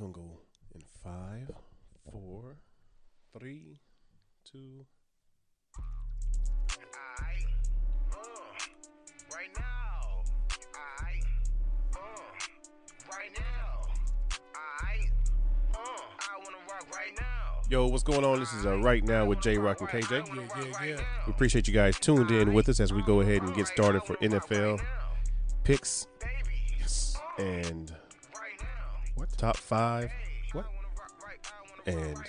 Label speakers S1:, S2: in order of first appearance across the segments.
S1: gonna go in five, four, three, two.
S2: Aight, uh, right now. Aight, uh, right now. Aight, uh, I wanna rock right now.
S1: Yo, what's going on? This is uh, right now with J Rock and KJ.
S2: I wanna rock
S3: yeah,
S2: right
S3: yeah.
S2: now.
S1: We appreciate you guys tuned in with us as we go ahead and get started for NFL picks
S2: Baby,
S1: and
S2: right now.
S1: top five.
S3: What?
S2: I wanna rock right, I wanna
S1: And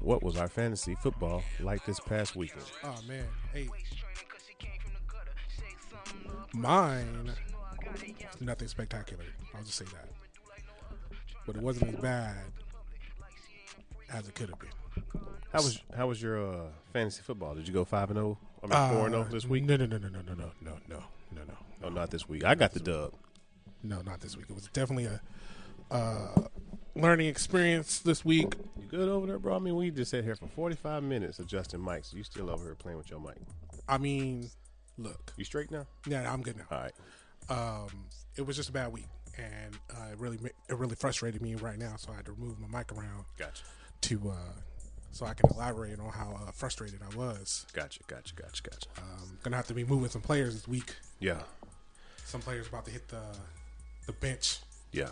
S1: what was our fantasy football like this past weekend?
S3: Oh man. Hey,
S2: training 'cause she came from the gutter. Say something up,
S3: mine. was Nothing spectacular. I'll just say that. But it wasn't as bad as it could have been.
S1: How was how was your uh, fantasy football? Did you go five and zero? I mean four and zero
S3: Uh,
S1: this week?
S3: No, no, no, no, no, no, no, no, no, no, no.
S1: No, not this week. I got the dub.
S3: No, not this week. It was definitely a uh, learning experience this week.
S1: You good over there, bro? I mean, we just sat here for forty five minutes adjusting mics. You still over here playing with your mic?
S3: I mean, look.
S1: You straight now?
S3: Yeah, I'm good now.
S1: All right.
S3: um, it was just a bad week, and uh, it really ma- it really frustrated me right now. So I had to move my mic around
S1: Gotcha.
S3: to uh, so I can elaborate on how uh, frustrated I was.
S1: Gotcha. Gotcha. Gotcha. Gotcha.
S3: Um, gonna have to be moving some players this week.
S1: Yeah.
S3: Some players about to hit the the bench.
S1: Yeah.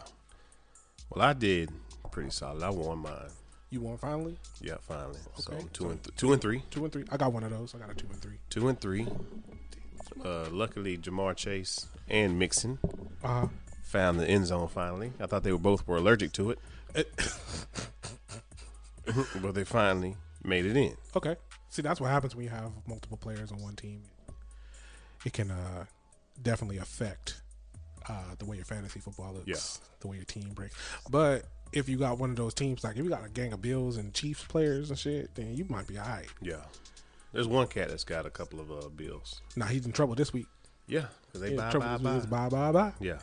S1: Well, I did pretty solid. I won mine.
S3: You won finally
S1: Yeah, finally. So
S3: Okay.
S1: two and th- two and three,
S3: two and three. I got one of those. I got a two and three.
S1: two and three. Uh, luckily, Jamar Chase and Mixon
S3: Uh,
S1: found the end zone finally. I thought they were both were allergic to it, but they finally made it in.
S3: okay. See, that's what happens when you have multiple players on one team. It can uh, definitely affect uh, the way your fantasy football looks,
S1: Yeah.
S3: the way your team breaks. But if you got one of those teams, like if you got a gang of Bills and Chiefs players and shit, then you might be all right.
S1: Yeah. There's one cat that's got a couple of uh, bills.
S3: Now he's in trouble this week.
S1: Yeah, because they
S3: He's in
S1: buy,
S3: trouble
S1: buy,
S3: this week.
S1: buy.
S3: It's Bye, bye, bye.
S1: Yeah.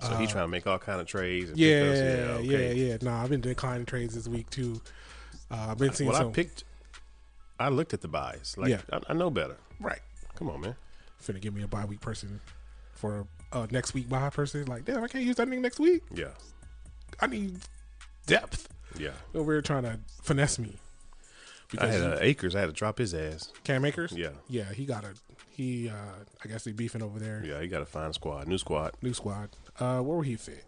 S1: So he trying to make all kind of trades. And
S3: Uh, Yeah,
S1: pickups.
S3: yeah, yeah, Nah, I've been declining trades this week too. Uh, I've been seeing
S1: Well, I
S3: some
S1: picked. I looked at the buys. Like
S3: Yeah.
S1: I, I know better.
S3: right.
S1: Come on, man.
S3: Finna give me a bye week person for a uh, next week bye person. Like, damn, I can't use that nigga next week.
S1: Yeah,
S3: I need depth.
S1: yeah.
S3: Over here trying to finesse me.
S1: I
S3: Because
S1: had
S3: you-
S1: uh, Acres. I had to drop his ass.
S3: Cam Akers?
S1: Yeah.
S3: Yeah, he got a he uh I guess he beefing over there.
S1: Yeah, he got to find a squad, new squad,
S3: New squad. Uh where would he fit?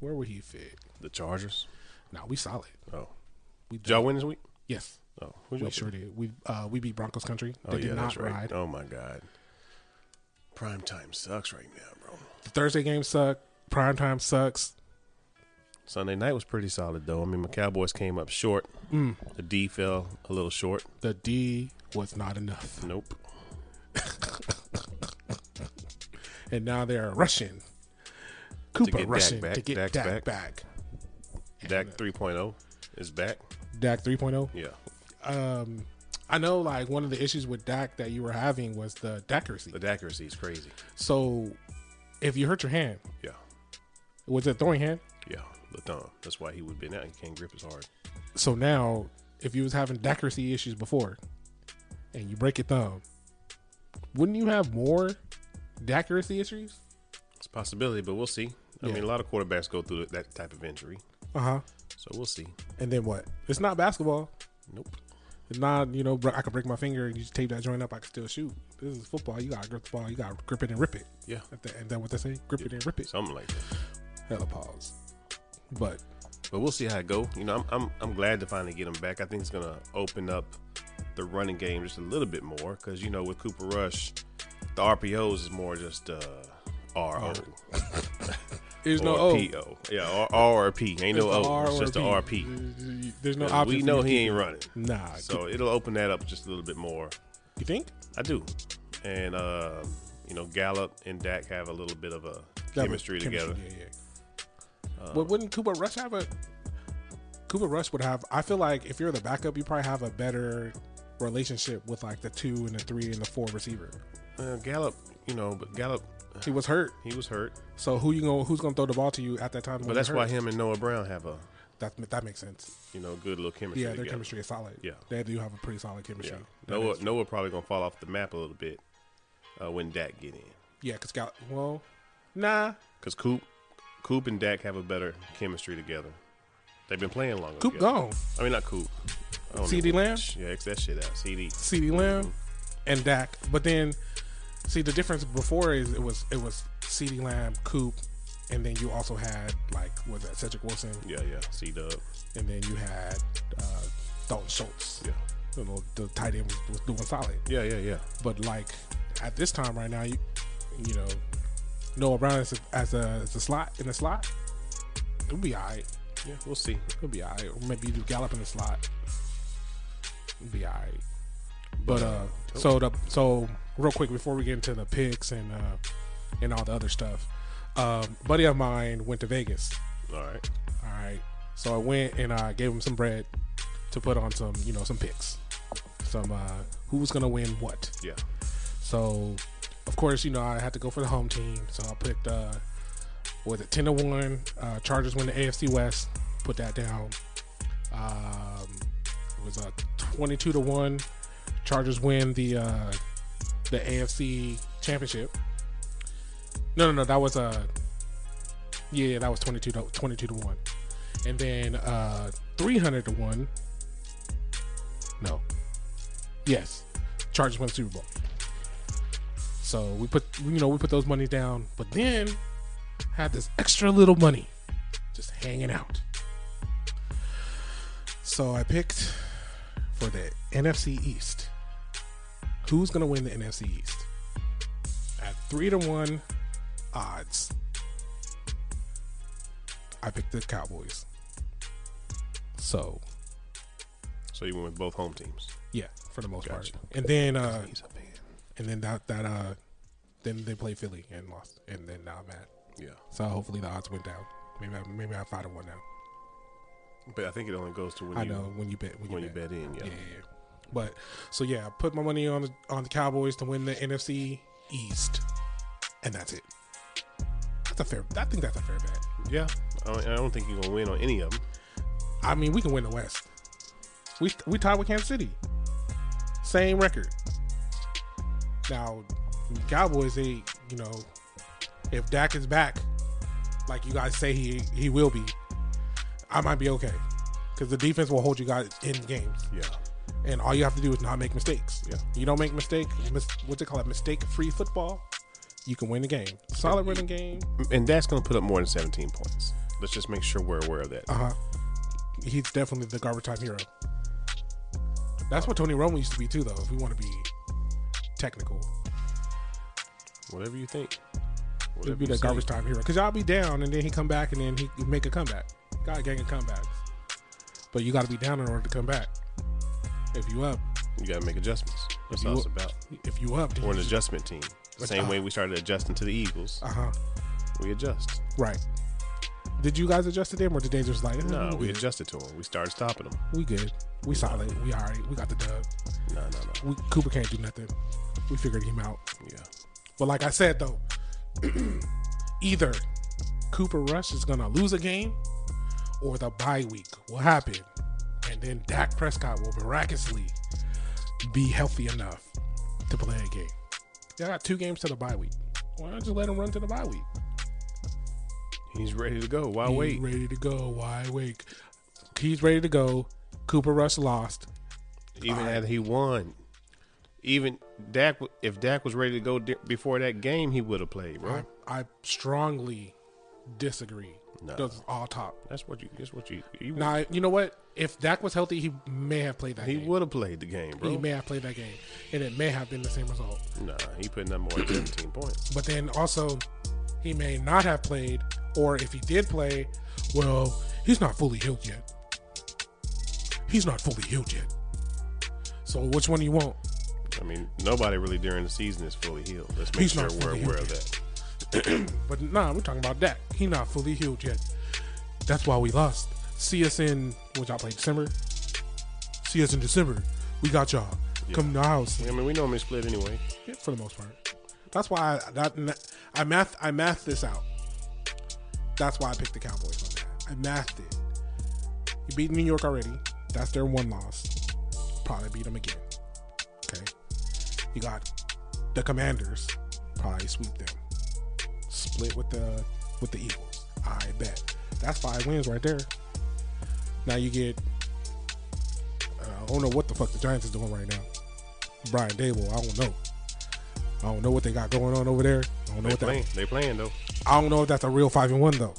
S3: Where would he fit?
S1: the Chargers.
S3: Nah, we solid.
S1: Oh,
S3: We
S1: did y'all win this week?
S3: Yes.
S1: Oh, who'd
S3: We
S1: y'all
S3: sure
S1: pick?
S3: did. We uh we beat Broncos country. They
S1: Oh
S3: did
S1: yeah,
S3: not
S1: that's right.
S3: ride.
S1: Oh my God, prime time sucks right now, bro.
S3: The Thursday game sucked. Prime time sucks.
S1: Sunday night was pretty solid though. I mean, my Cowboys came up short. The D fell a little short.
S3: The D was not enough.
S1: Nope.
S3: And now they're rushing. Cooper
S1: get Dak
S3: rushing
S1: back.
S3: to get
S1: Dak's back.
S3: Dak back.
S1: Dak 3.0 is back.
S3: Dak 3.0.
S1: Yeah.
S3: Um I know like one of the issues with Dak that you were having was the Dakeracy.
S1: The accuracy is crazy.
S3: So, if you hurt your hand,
S1: Yeah.
S3: was it throwing hand?
S1: Yeah. The thumb. That's why he would been out. He can't grip as hard.
S3: So now, if you was having accuracy issues before, and you break your thumb, wouldn't you have more accuracy issues?
S1: It's a possibility, but we'll see. I
S3: Yeah.
S1: mean, a lot of quarterbacks go through that type of injury.
S3: Uh
S1: Uh-huh.
S3: huh.
S1: So we'll see.
S3: And then what? It's not basketball.
S1: Nope.
S3: It's not you know br- I could break my finger and you just tape that joint up. I can still shoot. This is football. You gotta grip the ball. You gotta grip it and rip it.
S1: Yeah.
S3: At the, is that what they say? Grip it and rip it.
S1: Something like that.
S3: Hella pause. But
S1: But we'll see how it go. You know, I'm, I'm, I'm glad to finally get him back. I think it's going to open up the running game just a little bit more because, you know, with Cooper Rush, the RPOs is more just uh, R-O.
S3: there's no
S1: or
S3: O.
S1: P-O. Yeah, R- RP. Ain't no
S3: There's no
S1: O.
S3: R
S1: It's
S3: or
S1: just a
S3: P.
S1: RP.
S3: There's no
S1: 'Cause
S3: option.
S1: We
S3: for
S1: know
S3: you to
S1: he
S3: keep
S1: ain't
S3: it.
S1: running.
S3: Nah.
S1: So it'll open that up just a little bit more.
S3: you think?
S1: I do. And uh, you know, Gallup and Dak have a little bit of a chemistry, together. Uh,
S3: Yeah, yeah. but wouldn't Cooper Rush have a Cooper Rush would have? I feel like if you're the backup, you probably have a better relationship with like the two and the three and the four receiver.
S1: Uh, Gallup, you know, but Gallup,
S3: He was hurt,
S1: he was hurt,
S3: so who you gonna who's gonna throw the ball to you at that time?
S1: but that's why him and Noah Brown have a
S3: that that makes sense.
S1: you know good little chemistry.
S3: Yeah, their
S1: together.
S3: chemistry is solid.
S1: Yeah.
S3: they do have a pretty solid
S1: Yeah,
S3: chemistry. That
S1: Noah
S3: is-
S1: Noah probably gonna fall off the map a little bit uh, when Dak get in,
S3: yeah, because Gal. Well, nah,
S1: cause Coop, Coop and Dak have a better chemistry together. They've been playing longer.
S3: Coop
S1: together.
S3: gone.
S1: I mean, not Coop. I don't
S3: CD
S1: know.
S3: Lamb?
S1: Yeah, X that shit out. CD.
S3: CD Lamb and Dak. But then see the difference before is it was it was CD Lamb, Coop, and then you also had like was that Cedric Wilson,
S1: Yeah, yeah. C Dub.
S3: and then you had uh, Dalton Schultz.
S1: Yeah.
S3: You know the tight end was, was doing solid,
S1: Yeah, yeah, yeah.
S3: but like at this time right now, you you know Noah Brown as a, as a, as a slot in the slot, it'll be alright.
S1: Yeah, we'll see.
S3: It'll be alright. Or maybe you do Gallup in the slot. It'll be alright. But uh, so the so real quick before we get into the picks and uh, and all the other stuff, um, buddy of mine went to Vegas.
S1: All right.
S3: All right, so I went and I gave him some bread to put on some you know some picks, some uh, who's gonna win what.
S1: Yeah.
S3: So, of course, you know, I had to go for the home team. So I picked, uh, was it 10 to 1? Uh, Chargers win the AFC West. Put that down. Um, it was uh, 22 to 1. Chargers win the uh, the AFC Championship. No, no, no. That was, uh, yeah, yeah, that was 22 to, 22 to 1. And then uh, 300 to 1. No. Yes. Chargers win the Super Bowl. So we put you know we put those monies down, but then had this extra little money just hanging out. So I picked for the NFC East. Who's gonna win the NFC East? At three to one odds. I picked the Cowboys. So
S1: So you went with both home teams.
S3: yeah, for the most
S1: Gotcha.
S3: part. And then uh
S1: He's a man.
S3: and then that that uh then they played Philly and lost. And then now I'm at
S1: Yeah.
S3: So hopefully the odds went down. Maybe I, maybe I five to one now.
S1: But I think it only goes to when
S3: I
S1: you
S3: know when you bet when you,
S1: when you
S3: bet.
S1: bet in. Yeah.
S3: Yeah, yeah, yeah. But so yeah, I put my money on the on the Cowboys to win the NFC East, and that's it. That's a fair. I think that's a fair bet.
S1: Yeah. I don't, I don't think you're gonna win on any of them.
S3: I mean, we can win the West. We we tied with Kansas City. Same record. Now, Cowboys, they you know, if Dak is back, like you guys say he he will be, I might be okay, because the defense will hold you guys in games,
S1: Yeah.
S3: and all you have to do is not make mistakes.
S1: Yeah.
S3: You don't make mistake. Mis- what's it called? Mistake free football. You can win the game. Solid winning game.
S1: And that's gonna put up more than 17 points. Let's just make sure we're aware of that.
S3: Uh huh. He's definitely the garbage time hero. That's what Tony Romo used to be too, though. If we want to be technical,
S1: Whatever you think.
S3: it would
S1: Whatever
S3: be
S1: you
S3: the
S1: say.
S3: garbage time hero. Cause y'all be down, and then he come back, and then he make a comeback. Got a gang of comebacks, but you got to be down in order to come back. If you up,
S1: You gotta make adjustments. That's
S3: you
S1: all it's
S3: will-
S1: about.
S3: if you up,
S1: We're an adjustment team. The
S3: But,
S1: same
S3: uh,
S1: way we started adjusting to the Eagles,
S3: uh huh,
S1: we adjust.
S3: right. Did you guys adjust to them, or did they just like eh,
S1: No,
S3: we
S1: we
S3: good.
S1: adjusted to them. We started stopping them.
S3: we good, we solid, we alright, we got the dub.
S1: No, no, no.
S3: We Cooper can't do nothing. We figured him out.
S1: Yeah.
S3: But like I said though, either Cooper Rush is gonna lose a game or the bye week will happen. And then Dak Prescott will miraculously be healthy enough to play a game. Y'all got two games to the bye week. Why not just let him run to the bye week?
S1: He's ready to go. Why
S3: He's
S1: wait?
S3: ready to go. Why wait? He's ready to go. Cooper Rush lost.
S1: Even had he won, even Dak, w- if Dak was ready to go di- before that game, he would have played, bro.
S3: I, I strongly disagree.
S1: No.
S3: Those is all top.
S1: That's what you. That's what you. you
S3: Now you know what? If Dak was healthy, he may have played that
S1: he
S3: game.
S1: would have played the game, bro.
S3: He may have played that game, and it may have been the same result.
S1: nah, he put number one seventeen points.
S3: But then also, he may not have played, or if he did play, well, he's not fully healed yet. He's not fully healed yet. So which one do you want?
S1: I mean, nobody really during the season is fully healed. Let's make
S3: He's
S1: sure
S3: not
S1: we're
S3: fully
S1: aware
S3: healed
S1: of that.
S3: But nah, we're talking about Dak. He not fully healed yet. That's why we lost. See us in which I played December. See us in December. We got y'all. Come to our house.
S1: I mean, we normally split anyway.
S3: Yeah, for the most part. That's why I, that I math I math this out. That's why I picked the Cowboys on that. I mathed it. You beat New York already. That's their one loss. Probably beat them again. Okay. You got the Commanders. Probably sweep them. Split with the with the Eagles. I bet. That's five wins right there. Now you get. Uh, I don't know what the fuck the Giants is doing right now. Brian Dable, I don't know. I don't know what they got going on over there. I don't know
S1: They
S3: what that
S1: playing. They playing though.
S3: I don't know if that's a real five and one though.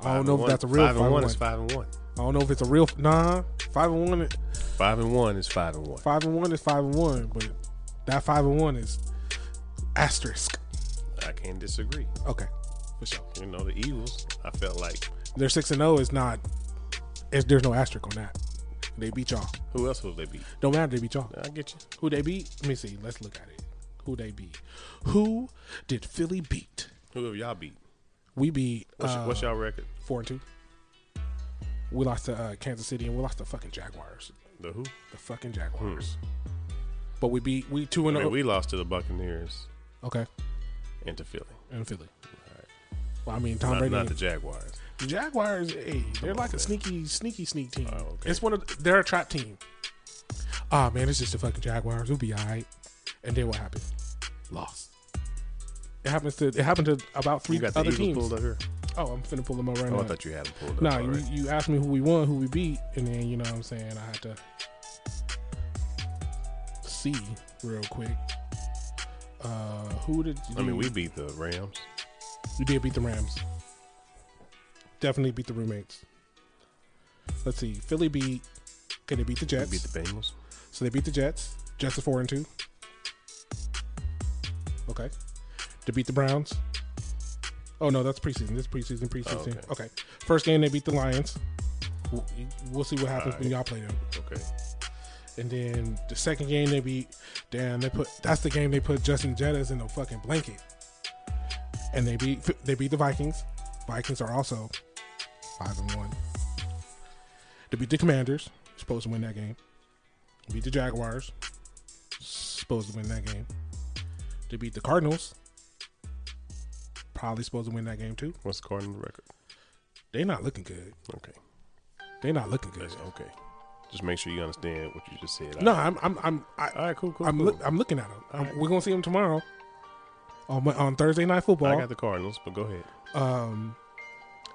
S3: I
S1: Five
S3: don't
S1: and
S3: know if
S1: one-
S3: that's a real
S1: five
S3: five,
S1: and one
S3: and
S1: is
S3: one.
S1: five and one.
S3: I don't know if it's a real nah five and one.
S1: Five and one is five and one.
S3: Five and one is five and one, but that five and one is asterisk.
S1: I can't disagree.
S3: Okay, for sure.
S1: You know the Eagles. I felt like
S3: Their six and zero is not. Is there's no asterisk on that. They beat y'all.
S1: who else will they beat?
S3: Don't matter. They beat y'all.
S1: I get you.
S3: Who they beat? Let me see. Let's look at it. Who they beat? Who did Philly beat?
S1: Who have y'all beat?
S3: We beat
S1: What's,
S3: uh,
S1: what's y'all record?
S3: four and two. We lost to uh, Kansas City and we lost to fucking Jaguars.
S1: The who?
S3: the fucking Jaguars. But we beat we two
S1: Hmm. I
S3: and
S1: mean,
S3: oh
S1: we lost to the Buccaneers
S3: okay
S1: and to Philly.
S3: and Philly. Well, I mean Tom
S1: Not,
S3: Brady.
S1: not
S3: and-
S1: the Jaguars.
S3: the Jaguars, hey, they're
S1: on,
S3: like a
S1: man.
S3: sneaky, sneaky, sneak team.
S1: Oh, okay.
S3: It's one of they're a trap team. Ah man, it's just the fucking Jaguars. We'll be all right. And then what happened? Lost. It happens to it happened to about three
S1: You got the
S3: other
S1: Eagles
S3: teams.
S1: pulled up here.
S3: Oh, I'm finna pull them up right
S1: Oh,
S3: now.
S1: I thought you had them pulled up.
S3: Nah,
S1: already.
S3: you, you asked me who we won, who we beat, and then you know what I'm saying I had to see real quick. Uh who did
S1: I mean, we beat the Rams.
S3: we did beat the Rams. Definitely beat the roommates. Let's see. Philly beat okay, they beat the Jets.
S1: We beat the Bengals.
S3: so they beat the Jets. Jets are four and two. Okay. They beat the Browns. Oh no, that's preseason. This preseason, preseason.
S1: okay.
S3: okay. First game they beat the Lions. We'll, we'll see what happens
S1: Alright.
S3: when y'all play them.
S1: Okay.
S3: And then the second game they beat, damn, they put that's the game they put Justin Jettas in a fucking blanket. And they beat they beat the Vikings. Vikings are also five and one. They beat the Commanders, supposed to win that game. Beat the Jaguars, supposed to win that game. They beat the Cardinals, probably supposed to win that game too.
S1: What's the Cardinal record?
S3: They not looking good.
S1: Okay.
S3: They not looking good.
S1: That's okay. Just make sure you understand what you just said.
S3: No,
S1: All
S3: I'm I'm I'm I,
S1: right. Cool. Cool.
S3: I'm
S1: cool.
S3: look, I'm looking at him. I'm- we're gonna see him tomorrow on Mon- on Thursday night
S1: I
S3: football.
S1: got the Cardinals, but go ahead.
S3: um,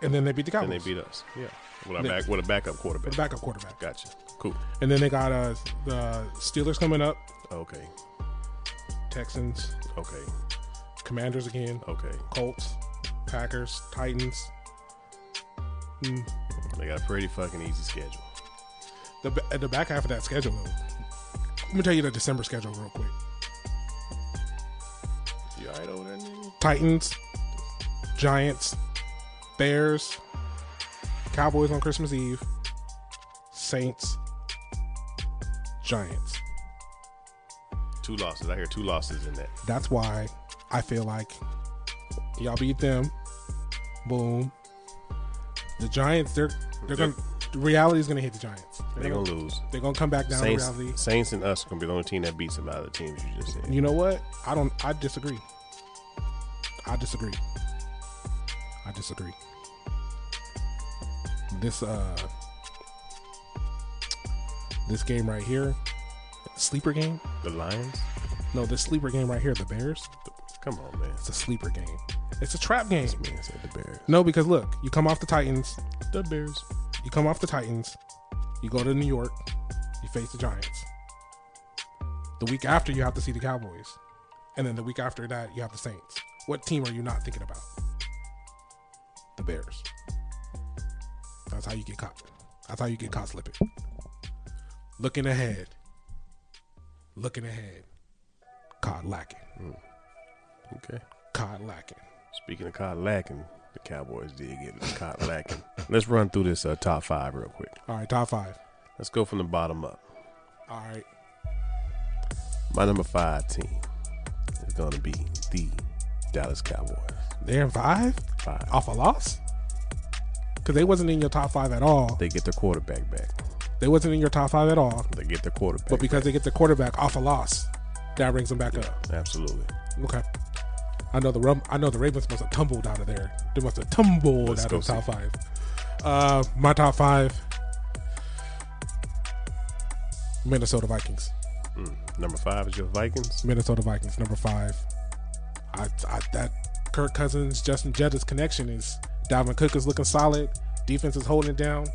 S3: and then they beat the
S1: Then
S3: Cowboys.
S1: they beat us. Yeah. With a
S3: Next.
S1: back with a backup
S3: the
S1: quarterback.
S3: backup quarterback.
S1: Gotcha. Cool.
S3: And then they got uh the Steelers coming up,
S1: Okay.
S3: Texans,
S1: Okay.
S3: Commanders again,
S1: Okay.
S3: Colts, Packers, Titans. Hmm.
S1: They got a pretty fucking easy schedule.
S3: The ba- the back half of that schedule. Though. Let me tell you the December schedule real quick.
S1: You alright over there, nigga?
S3: Titans, Giants, Bears, Cowboys on Christmas Eve, Saints, Giants.
S1: Two losses. I hear two losses in that.
S3: That's why I feel like y'all beat them. Boom. The Giants, they're they're gonna the reality is gonna hit the Giants. They're,
S1: They're
S3: gonna,
S1: gonna lose.
S3: they're gonna come back down to reality.
S1: Saints, Saints and us are gonna be the only team that beats them out of the teams you just said.
S3: You know what? I don't. I disagree. I disagree. I disagree. This uh, this game right here, sleeper game.
S1: The Lions?
S3: No, this sleeper game right here, the Bears.
S1: Come on, man.
S3: It's a sleeper game. It's a trap game.
S1: This man said the Bears.
S3: No, because look, you come off the Titans.
S1: The Bears.
S3: You come off the Titans. You go to New York. You face the Giants. The week after, you have to see the Cowboys. And then the week after that, you have the Saints. What team are you not thinking about? The Bears. That's how you get caught. That's how you get caught slipping. Looking ahead. Looking ahead. Caught lacking.
S1: Okay.
S3: Caught lacking.
S1: Speaking of caught lacking, the Cowboys did get caught lacking. Let's run through this uh, top five real quick.
S3: All right, top five.
S1: Let's go from the bottom up.
S3: All right.
S1: My number five team is going to be the Dallas Cowboys.
S3: They're in five
S1: Five.
S3: off a loss? Because they wasn't in your top five at all.
S1: They get their quarterback back.
S3: They wasn't in your top five at all,
S1: They get their quarterback.
S3: but because they get the quarterback off a loss, that brings them back up.
S1: Absolutely.
S3: Okay. I know the rum. I know the Ravens must have tumbled out of there. They must have tumbled
S1: Let's
S3: out
S1: go
S3: of top five. Uh, my top five: Minnesota Vikings.
S1: Number five is your Vikings.
S3: Minnesota Vikings, number five. I, I that Kirk Cousins, Justin Jettis connection is Dalvin Cook is looking solid. Defense is holding it down.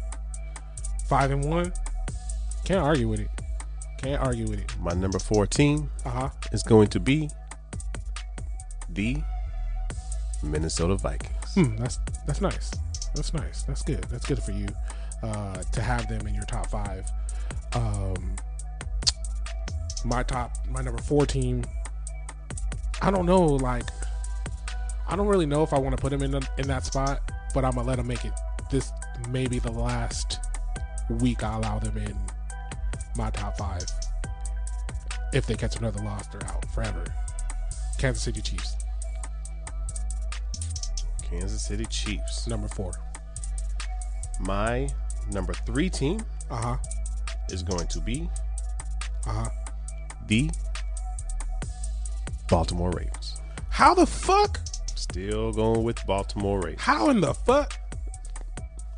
S3: Five and one. Can't argue with it. Can't argue with it.
S1: My number 14
S3: Uh huh.
S1: is going to be the Minnesota Vikings.
S3: Hmm, that's that's nice. That's nice. That's good. That's good for you uh, to have them in your top five. Um, my top, my number four team. I don't know. Like, I don't really know if I want to put them in the, in that spot, but I'm gonna let them make it. This may be the last week I allow them in my top five. If they catch another loss, they're out forever. Kansas City Chiefs,
S1: Kansas City Chiefs.
S3: number four.
S1: My number 3 team
S3: Uh huh.
S1: is going to be
S3: Uh huh.
S1: the Baltimore Ravens.
S3: How the fuck?
S1: Still going with Baltimore Ravens.
S3: How in the fuck?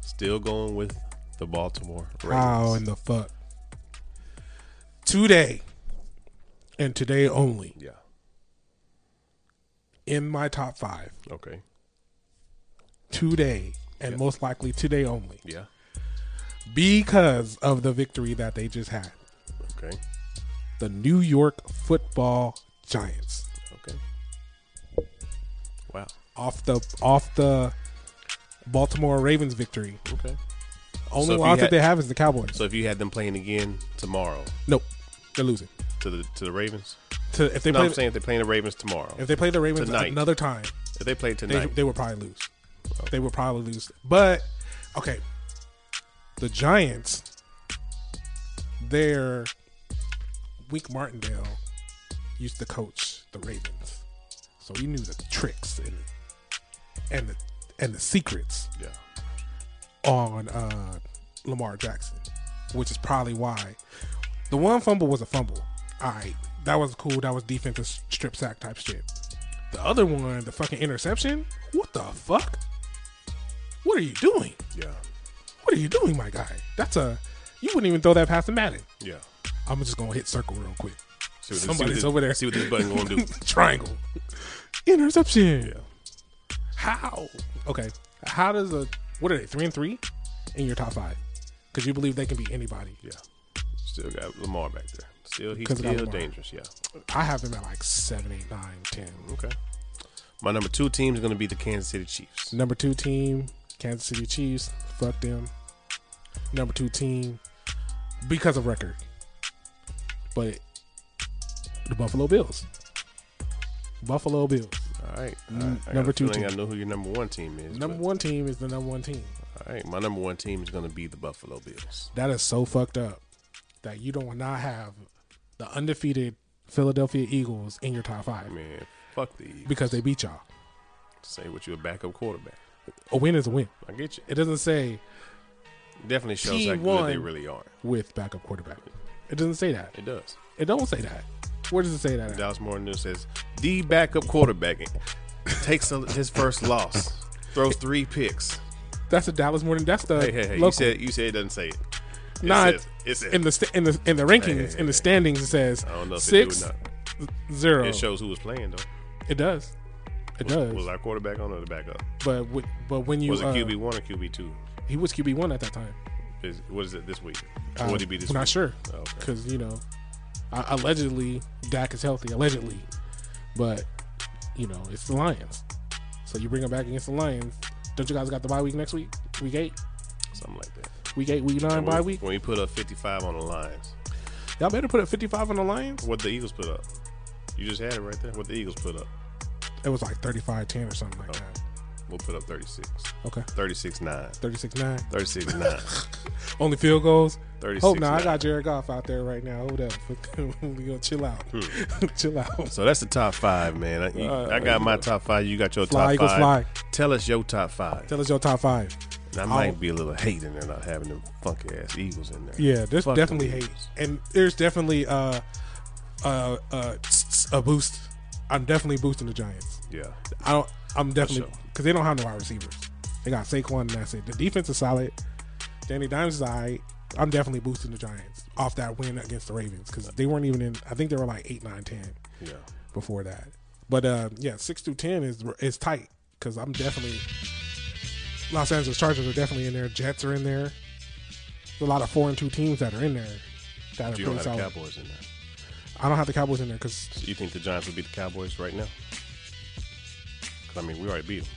S1: Still going with the Baltimore
S3: Oh,
S1: Ravens.
S3: How in the fuck? Today, and today only,
S1: Yeah.
S3: in my top five,
S1: Okay.
S3: today, and most likely today only,
S1: Yeah.
S3: because of the victory that they just had.
S1: Okay.
S3: The New York football giants.
S1: Okay. Wow.
S3: Off the off the Baltimore Ravens victory.
S1: Okay.
S3: Only
S1: if
S3: one I
S1: you
S3: think
S1: had-
S3: they have is the Cowboys.
S1: So if you had them playing again tomorrow
S3: Nope. They're losing.
S1: to the to the Ravens,
S3: To, if they
S1: no,
S3: play
S1: I'm saying if they're playing the Ravens tomorrow,
S3: if they play the Ravens
S1: Tonight.
S3: another time,
S1: if they play
S3: they,
S1: tonight,
S3: they would probably lose. They would probably lose. But okay, the Giants, their Wink Martindale used to coach the Ravens, so he knew the tricks and and the and the secrets
S1: yeah,
S3: on uh, Lamar Jackson, which is probably why the one fumble was a fumble. All right, that was cool. That was defensive strip sack type shit. The other one, the fucking interception. What the fuck? What are you doing?
S1: yeah,
S3: What are you doing, my guy? That's a you wouldn't even throw that past the Madden.
S1: yeah.
S3: I'm just gonna hit circle real quick.
S1: See what, see
S3: Somebody's
S1: what this,
S3: over there.
S1: See what this button gonna do.
S3: Triangle. Interception. How? Okay. How does a what are they three and three in your top five? Because you believe they can be anybody.
S1: yeah, still got Lamar back there. Still, he's
S3: Because I got
S1: still
S3: Lamar.
S1: dangerous. Yeah.
S3: I have them at like seven, eight, nine, ten.
S1: Okay. My number two team is gonna be the Kansas City Chiefs.
S3: Number two team, Kansas City Chiefs. Fuck them. Number two team, because of record, but the Buffalo Bills. Buffalo Bills.
S1: All right. I-
S3: Mm,
S1: I,
S3: number
S1: number
S3: two
S1: two. Feeling
S3: team.
S1: I know who your number one team is.
S3: Number
S1: but-
S3: one team is the number one team.
S1: All right. My number one team is gonna be the Buffalo Bills.
S3: That is so fucked up that you don't not have the undefeated Philadelphia Eagles in your top five
S1: Man, fuck the Eagles.
S3: because they beat y'all.
S1: Say what you a backup quarterback.
S3: A win is a win.
S1: I get you.
S3: It doesn't say
S1: Definitely shows
S3: Team
S1: how good they
S3: one.
S1: really are.
S3: with backup quarterback. It doesn't say that.
S1: It does.
S3: It don't say that. Where does it say that? At?
S1: Dallas Morning News says the backup quarterback takes a, his first loss, throws three picks.
S3: That's the Dallas Morning. That's the
S1: Hey, hey, hey!
S3: local.
S1: You said you said it doesn't say it. It
S3: Nah,
S1: says, it says
S3: in the sta- in the in the rankings
S1: Hey, hey,
S3: in the
S1: hey.
S3: standings it says
S1: I don't know if
S3: six Oh.
S1: it do or
S3: zero.
S1: not. It shows who was playing though.
S3: It does. It
S1: Was,
S3: does.
S1: was our quarterback on or the backup?
S3: but wi- but when you
S1: Was it
S3: uh,
S1: QB one or QB two?
S3: he was QB one at that time.
S1: Is what is it this week?
S3: Uh,
S1: Or would he be this
S3: we're
S1: week?
S3: not sure
S1: Oh, okay.
S3: because you know uh, allegedly Dak is healthy allegedly, but you know it's the Lions. So you bring him back against the Lions. Don't you guys got the bye week next week? Week eight,
S1: Something like that.
S3: week eight, week nine
S1: And
S3: bye
S1: when,
S3: week.
S1: when we put up fifty five on the Lions,
S3: Y'all better put up fifty five on the Lions.
S1: what the Eagles put up? You just had it right there. What the Eagles put up?
S3: It was like 35-10 or something like that.
S1: We'll put up 36.
S3: Okay,
S1: 36 9.
S3: 36-9.
S1: 36 9.
S3: Only field goals.
S1: 36
S3: Hope not. I
S1: nine.
S3: got Jared Goff out there right now. Hold up. we gonna chill out. chill out.
S1: So that's the top five, man. I, you-
S3: Uh,
S1: I got my top five. You got your
S3: Fly,
S1: top
S3: Eagles,
S1: five.
S3: fly.
S1: Tell us your top five.
S3: Tell us your top five.
S1: And I might
S3: I'll-
S1: be a little hate in there not having them funky ass Eagles in there.
S3: Yeah, there's
S1: Fuck
S3: definitely
S1: them
S3: hate,
S1: Eagles.
S3: and there's definitely uh, uh, uh, s- s- a boost. I'm definitely boosting the Giants.
S1: Yeah.
S3: I don't. I'm definitely
S1: sure.
S3: because they don't have no wide receivers. They got Saquon, and that's it. The defense is solid. Danny Dimes is alright. I'm definitely boosting the Giants off that win against the Ravens because they weren't even in. I think they were like eight, nine, ten.
S1: Yeah.
S3: before um, that. But uh, yeah, six through ten is is tight because I'm definitely Los Angeles Chargers are definitely in there. Jets are in there. There's a lot of four and two teams that are in there. That are
S1: You don't
S3: pretty
S1: have the
S3: solid.
S1: Cowboys in there.
S3: I don't have the Cowboys in there because
S1: So you think the Giants would beat the Cowboys right now? 'Cause, I mean, we already beat them.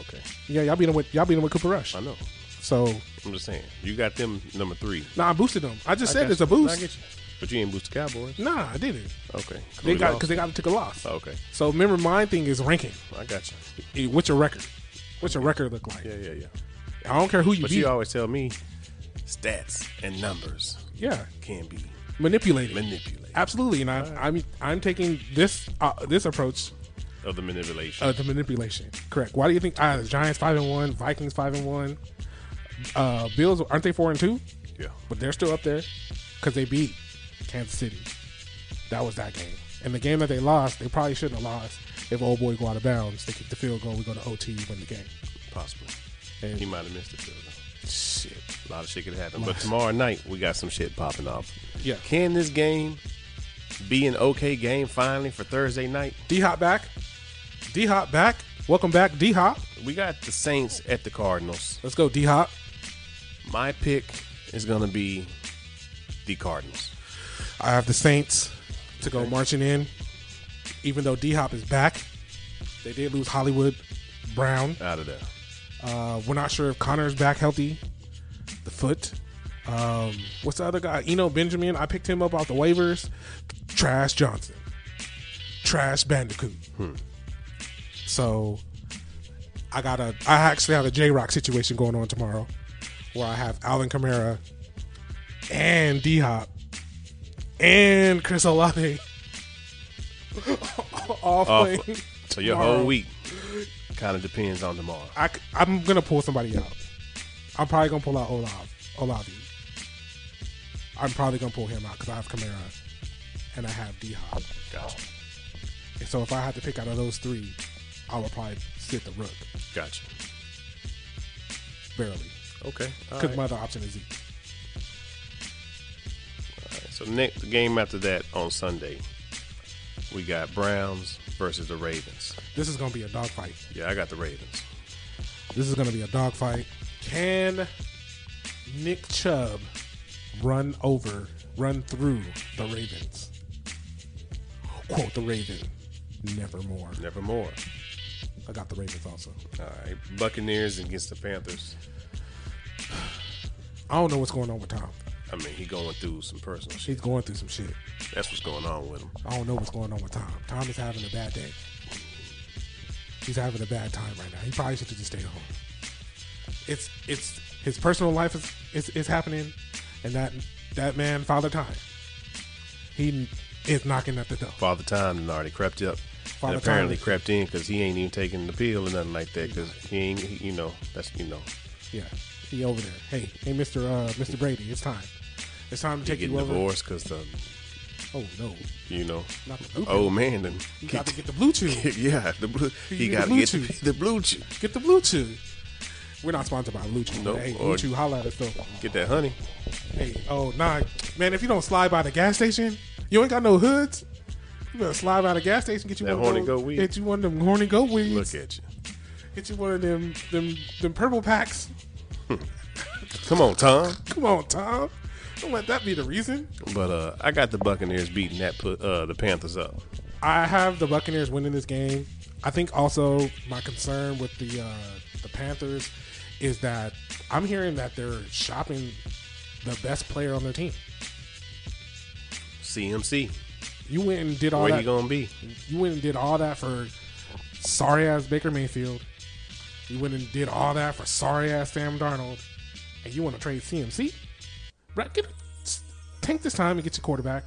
S1: okay,
S3: yeah, y'all beat them with y'all beat them with Cooper Rush.
S1: I know.
S3: So
S1: I'm just saying you got them number three.
S3: nah, I boosted them. I just
S1: I
S3: said
S1: got
S3: it's a
S1: you. No, I
S3: boost.
S1: get you. but you didn't boost the Cowboys.
S3: Nah, I didn't.
S1: Okay, 'Cause
S3: They
S1: we
S3: got
S1: Oh, lost. Oh.
S3: because they got to take a loss.
S1: okay,
S3: So remember, my thing is ranking.
S1: I got you.
S3: Eh, What's your record? What's your record look like?
S1: Yeah, yeah, yeah.
S3: I don't care who you
S1: But
S3: beat.
S1: you always tell me stats and numbers
S3: yeah,
S1: can be
S3: manipulated.
S1: manipulated.
S3: Absolutely, and I, I'm I'm taking this uh, this approach
S1: of the manipulation.
S3: uh, the manipulation. Correct. Why do you think uh, Giants five and one, Vikings five and one, uh, Bills aren't they four and two?
S1: yeah.
S3: But they're still up there because they beat Kansas City. That was that game, and the game that they lost, they probably shouldn't have lost. If old boy go out of bounds, they kick the field goal, we go to OT, win the game.
S1: Possibly.
S3: And-
S1: He might have missed it. field goal.
S3: Shit.
S1: A lot of shit could happen. But tomorrow night, we got some shit popping off.
S3: Yeah.
S1: Can this game be an okay game finally for Thursday night?
S3: D Hop back. D Hop back. Welcome back, D Hop.
S1: We got the Saints at the Cardinals.
S3: Let's go, D Hop.
S1: My pick is going to be the Cardinals.
S3: I have the Saints to go marching in. Even though D Hop is back, they did lose Hollywood Brown.
S1: Out of there.
S3: Uh, we're not sure if Connor's back healthy. The foot. Um, what's the other guy? Eno Benjamin. I picked him up off the waivers. Trash Johnson. Trash Bandicoot. So I got a. I actually have a J Rock situation going on tomorrow, where I have Alvin Kamara and D Hop and Chris Olave
S1: Off.
S3: all playing.
S1: So your
S3: tomorrow.
S1: whole week kind of depends on tomorrow.
S3: I, am gonna pull somebody out. I'm probably gonna pull out Olav, Olavi. I'm probably gonna pull him out because I have Kamara and I have D Hop.
S1: Gotcha.
S3: And so if I had to pick out of those three, I would probably sit the Rook
S1: Gotcha.
S3: barely
S1: Okay. All
S3: because
S1: right.
S3: my other option is Zeke.
S1: So next the game after that on Sunday, we got Browns versus the Ravens.
S3: This is gonna be a dogfight.
S1: Yeah, I got the Ravens.
S3: This is gonna be a dogfight. Can Nick Chubb run over, run through the Ravens? Quote the Raven, nevermore.
S1: Nevermore.
S3: I got the Ravens also.
S1: All right, Buccaneers against the Panthers.
S3: I don't know what's going on with Tom.
S1: I mean, he going through some personal shit.
S3: He's going through some shit.
S1: That's what's going on with him.
S3: I don't know what's going on with Tom. Tom is having a bad day. He's having a bad time right now. He probably should have just stayed home. It's it's his personal life is is, is happening, and that that man Father Time, he is knocking at the door.
S1: Father Time done already crept up.
S3: Father
S1: and apparently
S3: Time.
S1: crept in because he ain't even taking the pill or nothing like that. Because he ain't, he, you know, that's you know,
S3: Yeah, he over there. Hey, hey, Mister uh, Mister Brady, it's time. It's time to
S1: he
S3: take you
S1: getting
S3: over.
S1: divorced because the,
S3: Oh no,
S1: you know,
S3: not the blue. pill.
S1: old man and
S3: you got to get the blue chew.
S1: yeah, the blue, he
S3: need
S1: got to
S3: the blue
S1: get the,
S3: chew.
S1: the blue chew.
S3: Get the blue chew. We're not sponsored by blue chew.
S1: Nope,
S3: but hey, blue
S1: or-
S3: chew, holla at us though.
S1: Get that honey.
S3: Hey, oh nah, man, if you don't slide by the gas station, you ain't got no hoods. You better slide by the gas station, get you
S1: That
S3: one of
S1: horny
S3: those-
S1: goat weed.
S3: Get you one of them horny goat
S1: Look
S3: weeds.
S1: at you.
S3: Get you one of them them them purple packs.
S1: Come on, Tom.
S3: Come on, Tom. Don't let that be the reason.
S1: But uh, I got the Buccaneers beating that put uh, the Panthers up.
S3: I have the Buccaneers winning this game. I think also my concern with the uh, the Panthers is that I'm hearing that they're shopping the best player on their team.
S1: CMC,
S3: You went and did all
S1: where
S3: that.
S1: he gonna be?
S3: You went and did all that for sorry ass Baker Mayfield. You went and did all that for sorry ass Sam Darnold, and you want to trade CMC? Right, get tank this time and get your quarterback.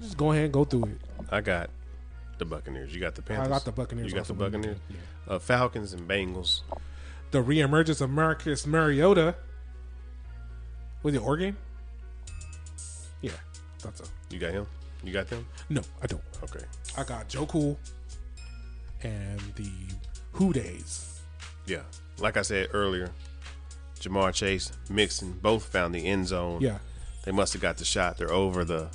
S3: Just go ahead and go through it.
S1: I got the Buccaneers. You got the Panthers.
S3: got the Buccaneers
S1: You got
S3: also
S1: the
S3: winning the
S1: Buccaneers. Uh, Falcons and Bengals.
S3: The reemergence of Marcus Mariota. Was it Oregon? Yeah, thought so.
S1: You got him. You got them.
S3: No, I don't.
S1: Okay.
S3: I got Joe Cool and the Who Days.
S1: Yeah. Like I said earlier, Jamar Chase, Mixon, both found the end zone.
S3: Yeah,
S1: They must have got the shot. They're over the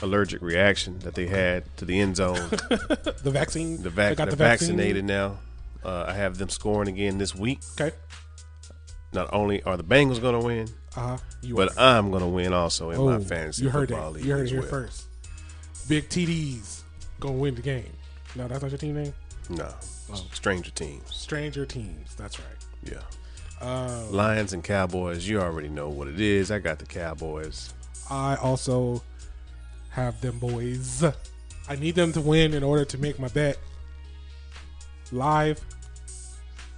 S1: allergic reaction that they had to the end zone.
S3: the vaccine.
S1: The vac-
S3: I got
S1: they're
S3: the vaccine.
S1: vaccinated now. Uh, I have them scoring again this week.
S3: Okay.
S1: Not only are the Bengals going to win,
S3: Uh huh. You
S1: but I'm going to win also in my
S3: Oh,
S1: fantasy
S3: You heard
S1: football
S3: that.
S1: league.
S3: You heard it
S1: as
S3: here
S1: well.
S3: first. Big TDs gonna win the game. No, that's not your team name.
S1: No,
S3: Oh.
S1: stranger teams.
S3: Stranger teams. That's right.
S1: Yeah,
S3: Uh,
S1: Lions and Cowboys. You already know what it is. I got the Cowboys.
S3: I also have them boys. I need them to win in order to make my bet live.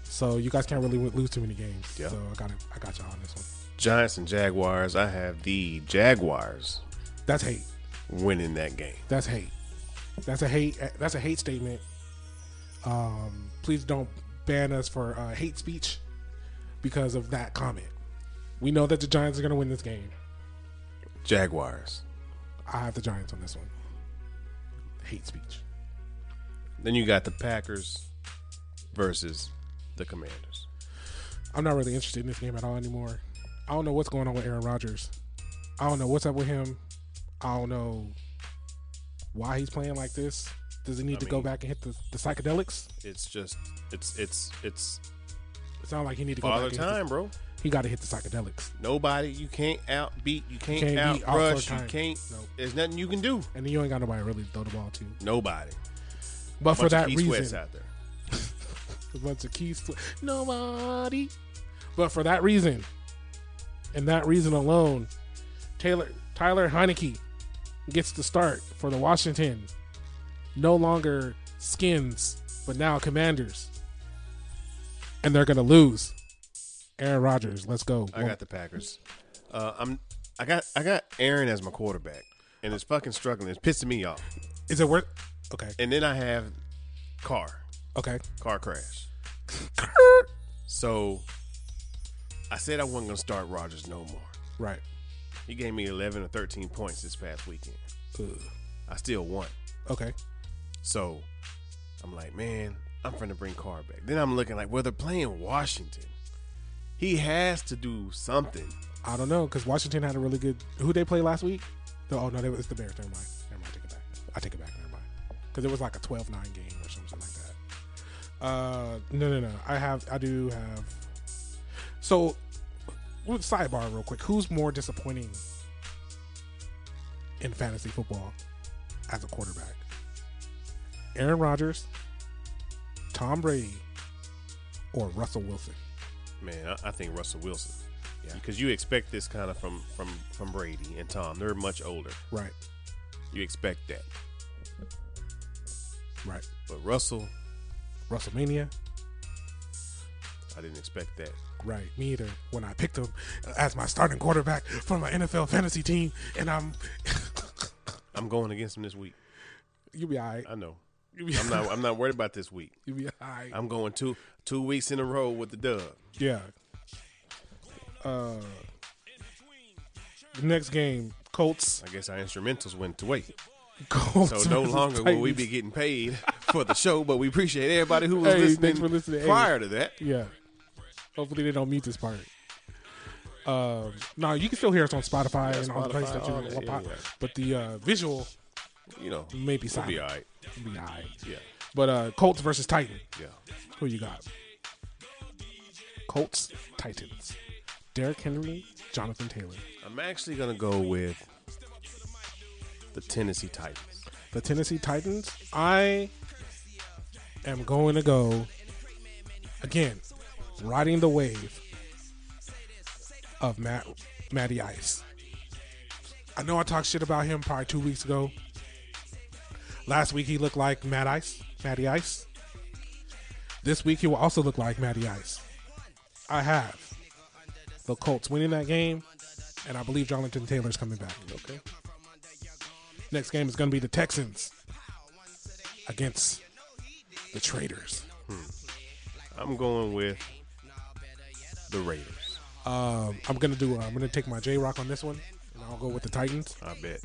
S3: So you guys can't really lose too many games.
S1: Yeah.
S3: So I got to I got y'all on this one.
S1: Giants and Jaguars. I have the Jaguars
S3: That's hate.
S1: winning that game.
S3: That's hate. That's a hate. That's a hate statement. Um, please don't ban us for uh, hate speech because of that comment. We know that the Giants are going to win this game.
S1: Jaguars.
S3: I have the Giants on this one. Hate speech.
S1: Then you got the Packers versus the Commanders.
S3: I'm not really interested in this game at all anymore. I don't know what's going on with Aaron Rodgers. I don't know what's up with him. I don't know why he's playing like this. Does he need to go
S1: mean-
S3: back and hit the, the psychedelics?
S1: It's just it's it's it's
S3: It sounds like he need to go
S1: father
S3: back. and hit
S1: time, bro.
S3: The, he got to hit the psychedelics.
S1: Nobody, you can't outbeat, you can't,
S3: Can't beat all four
S1: outrush, you
S3: times.
S1: can't.
S3: Nope.
S1: There's nothing you can do.
S3: and then you ain't got nobody really to throw the ball to.
S1: Nobody.
S3: But
S1: Bunch
S3: for
S1: of
S3: that
S1: Keith Sweats
S3: reason,
S1: out there.
S3: a bunch of keys, to- nobody. But for that reason, and that reason alone, Taylor Tyler Heineke gets the start for the Washington. No longer skins, but now Commanders, and they're gonna lose. Aaron Rodgers, let's go.
S1: I got the Packers. Uh, I'm. I got. I got Aaron as my quarterback, and it's fucking struggling. It's pissing me off.
S3: Is it worth? Okay,
S1: And then I have car.
S3: okay.
S1: Car crash. So I said I wasn't gonna start Rogers no more.
S3: Right.
S1: He gave me 11 or 13 points this past weekend.
S3: Ugh.
S1: I still won.
S3: Okay.
S1: So I'm like, man, I'm finna bring Carr back. Then I'm looking like, well, they're playing Washington. He has to do something.
S3: I don't know because Washington had a really good. Who they play last week? The, oh no, they, it's the Bears. Never mind. Never mind. I take it back. I take it back. Never mind. Because it was like a 12-9 game or something like that. Uh, no, no, no. I have. I do have. So, well, sidebar real quick. Who's more disappointing in fantasy football as a quarterback? Aaron Rodgers, Tom Brady, or Russell Wilson?
S1: Man, I, I think Russell Wilson.
S3: Yeah.
S1: Because you expect this kind of from from from Brady and Tom. They're much older.
S3: Right.
S1: You expect that.
S3: Right.
S1: But Russell,
S3: WrestleMania.
S1: I didn't expect that.
S3: Right, me either. When I picked him as my starting quarterback for my NFL fantasy team, and I'm,
S1: I'm going against him this week.
S3: you be alright.
S1: I know.
S3: You be,
S1: Uh, I'm not I'm not worried about this week.
S3: you be alright.
S1: I'm going two two weeks in a row with the dub.
S3: Yeah. Uh, the next game, Colts.
S1: I guess our instrumentals went to wait.
S3: Colts
S1: So no
S3: versus
S1: longer will we be
S3: Titans.
S1: getting paid for the show, but we appreciate everybody who was
S3: Hey,
S1: listening,
S3: thanks for listening. Hey.
S1: prior to that.
S3: Yeah. Hopefully they don't mute this part. Um, no, you can still hear us on Spotify and all the places that you
S1: all that, yeah, yeah.
S3: But the uh, visual
S1: You know,
S3: may be
S1: we'll
S3: silent.
S1: be all right.
S3: Be alright.
S1: Yeah,
S3: But uh, Colts versus Titan.
S1: yeah.
S3: Who you got? Colts, Titans. Derrick Henry, Jonathan Taylor.
S1: I'm actually gonna go with the Tennessee Titans.
S3: The Tennessee Titans. I am going to go again, riding the wave of Matt Matty Ice. I know I talked shit about him probably two weeks ago. Last week he looked like Matt Ice, Matty Ice. This week he will also look like Matty Ice. I have the Colts winning that game, and I believe Jonathan Taylor's coming back. Okay. Next game is going to be the Texans against the Traders.
S1: I'm going with the Raiders.
S3: Um, I'm going to do. I'm going to take my J Rock on this one, and I'll go with the Titans.
S1: I bet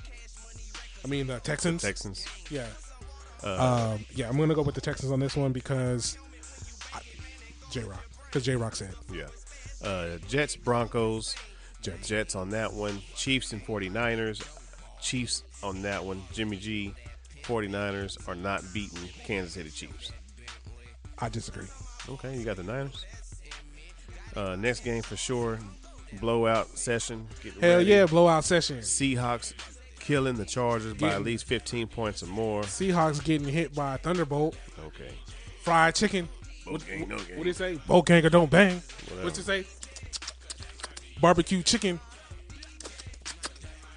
S3: I mean the Texans.
S1: Texans.
S3: yeah. um, yeah, I'm going to go with the Texans on this one because J Rock, because J Rock said
S1: Yeah. Uh, Jets, Broncos,
S3: Jets.
S1: Jets on that one. Chiefs and 49ers. Chiefs on that one. Jimmy G, 49ers are not beating Kansas City Chiefs.
S3: I disagree.
S1: Okay, you got the Niners. Uh, next game for sure, blowout session. Get
S3: Hell
S1: ready.
S3: yeah, blowout session.
S1: Seahawks killing the Chargers by
S3: Getting-
S1: at least 15 points or more.
S3: Seahawks getting hit by a thunderbolt.
S1: Okay.
S3: Fried chicken.
S1: No game, no game.
S3: What do you say? Bocanger don't bang. What's it say? Barbecue chicken.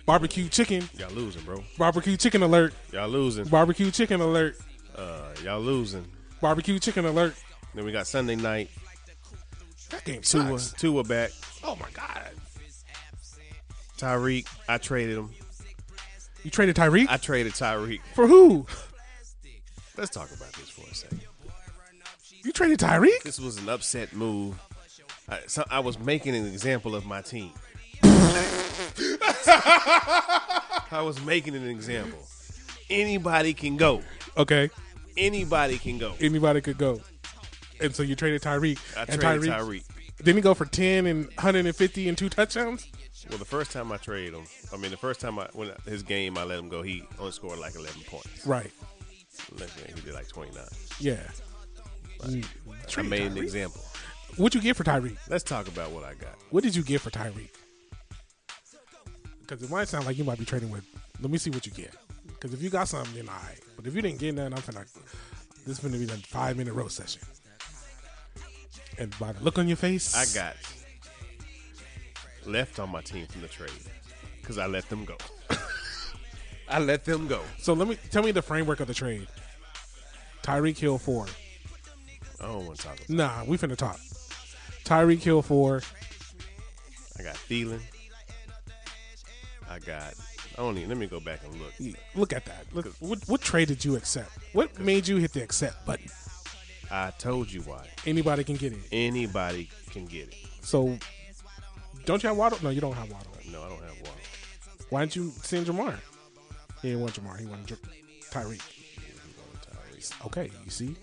S3: Barbecue chicken.
S1: Y'all losing, bro.
S3: Barbecue chicken alert.
S1: Y'all losing.
S3: Barbecue chicken alert.
S1: Uh, y'all losing.
S3: Barbecue chicken alert.
S1: Then we got Sunday night.
S3: That game
S1: Tua,
S3: sucks.
S1: Tua back.
S3: Oh my god.
S1: Tyreek, I traded him.
S3: You traded Tyreek
S1: I traded Tyreek.
S3: for who?
S1: Let's talk about this for a second.
S3: You traded Tyreek?
S1: This was an upset move. I, so I was making an example of my team. I was making an example. Anybody can go.
S3: Okay.
S1: Anybody can go.
S3: Anybody could go. And so you traded Tyreek.
S1: I
S3: and
S1: traded Tyreek.
S3: Didn't he go for ten and 150 and two touchdowns?
S1: Well, the first time I traded him, I mean, the first time I when his game I let him go, he only scored like 11 points.
S3: Right.
S1: Next game, he did like 29.
S3: Yeah.
S1: I
S3: Traded
S1: made an
S3: Tyreek?
S1: example.
S3: What'd you get for Tyreek?
S1: Let's talk about what I got.
S3: What did you get for Tyreek? Because it might sound like you might be trading with. Let me see what you get. Because if you got something, then I. But if you didn't get nothing, I'm finna. This is gonna be the five minute roast session. And by the look on your face,
S1: I got left on my team from the trade because I let them go. I let them go.
S3: So let me tell me the framework of the trade. Tyreek Hill four.
S1: I don't want to talk about it.
S3: Nah, we finna talk. Tyreek Hill four.
S1: I got Thielen. I got. I don't even. Let me go back and look.
S3: Look at that. Look, what, what trade did you accept? What made you hit the accept button?
S1: I told you why.
S3: Anybody can get it.
S1: Anybody can get it.
S3: So don't you have Waddle? No, you don't have Waddle.
S1: No, I don't have Waddle.
S3: Why didn't you send Jamar? He didn't want Jamar. He wanted J- Tyreek. Okay, you see,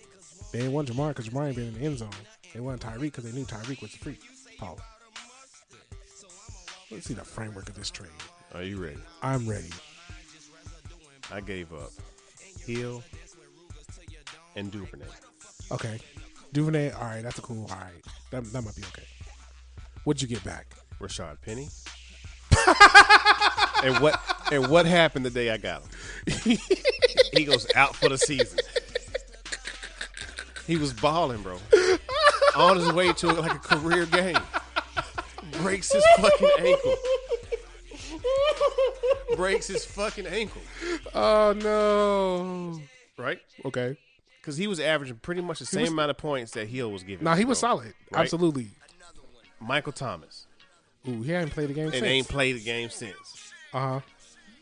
S3: they didn't want Jamar because Jamar ain't been in the end zone. They wanted Tyreek because they knew Tyreek was a freak. Paul. Let's see the framework of this trade.
S1: Are you ready?
S3: I'm ready.
S1: I gave up Hill and Duvernay.
S3: Okay, Duvernay. All right, that's a cool. All right, that, that might be okay. What'd you get back?
S1: Rashad Penny. and what and what happened the day I got him? he goes out for the season. He was balling, bro. On his way to like a career game. Breaks his fucking ankle. Breaks his fucking ankle.
S3: Oh no.
S1: Right?
S3: Okay.
S1: Because he was averaging pretty much the same
S3: was-
S1: amount of points that Hill was giving.
S3: Now he
S1: bro.
S3: was solid.
S1: Right?
S3: Absolutely.
S1: Michael Thomas.
S3: Ooh, he hadn't played the game
S1: And ain't
S3: since.
S1: played a game since.
S3: Uh huh.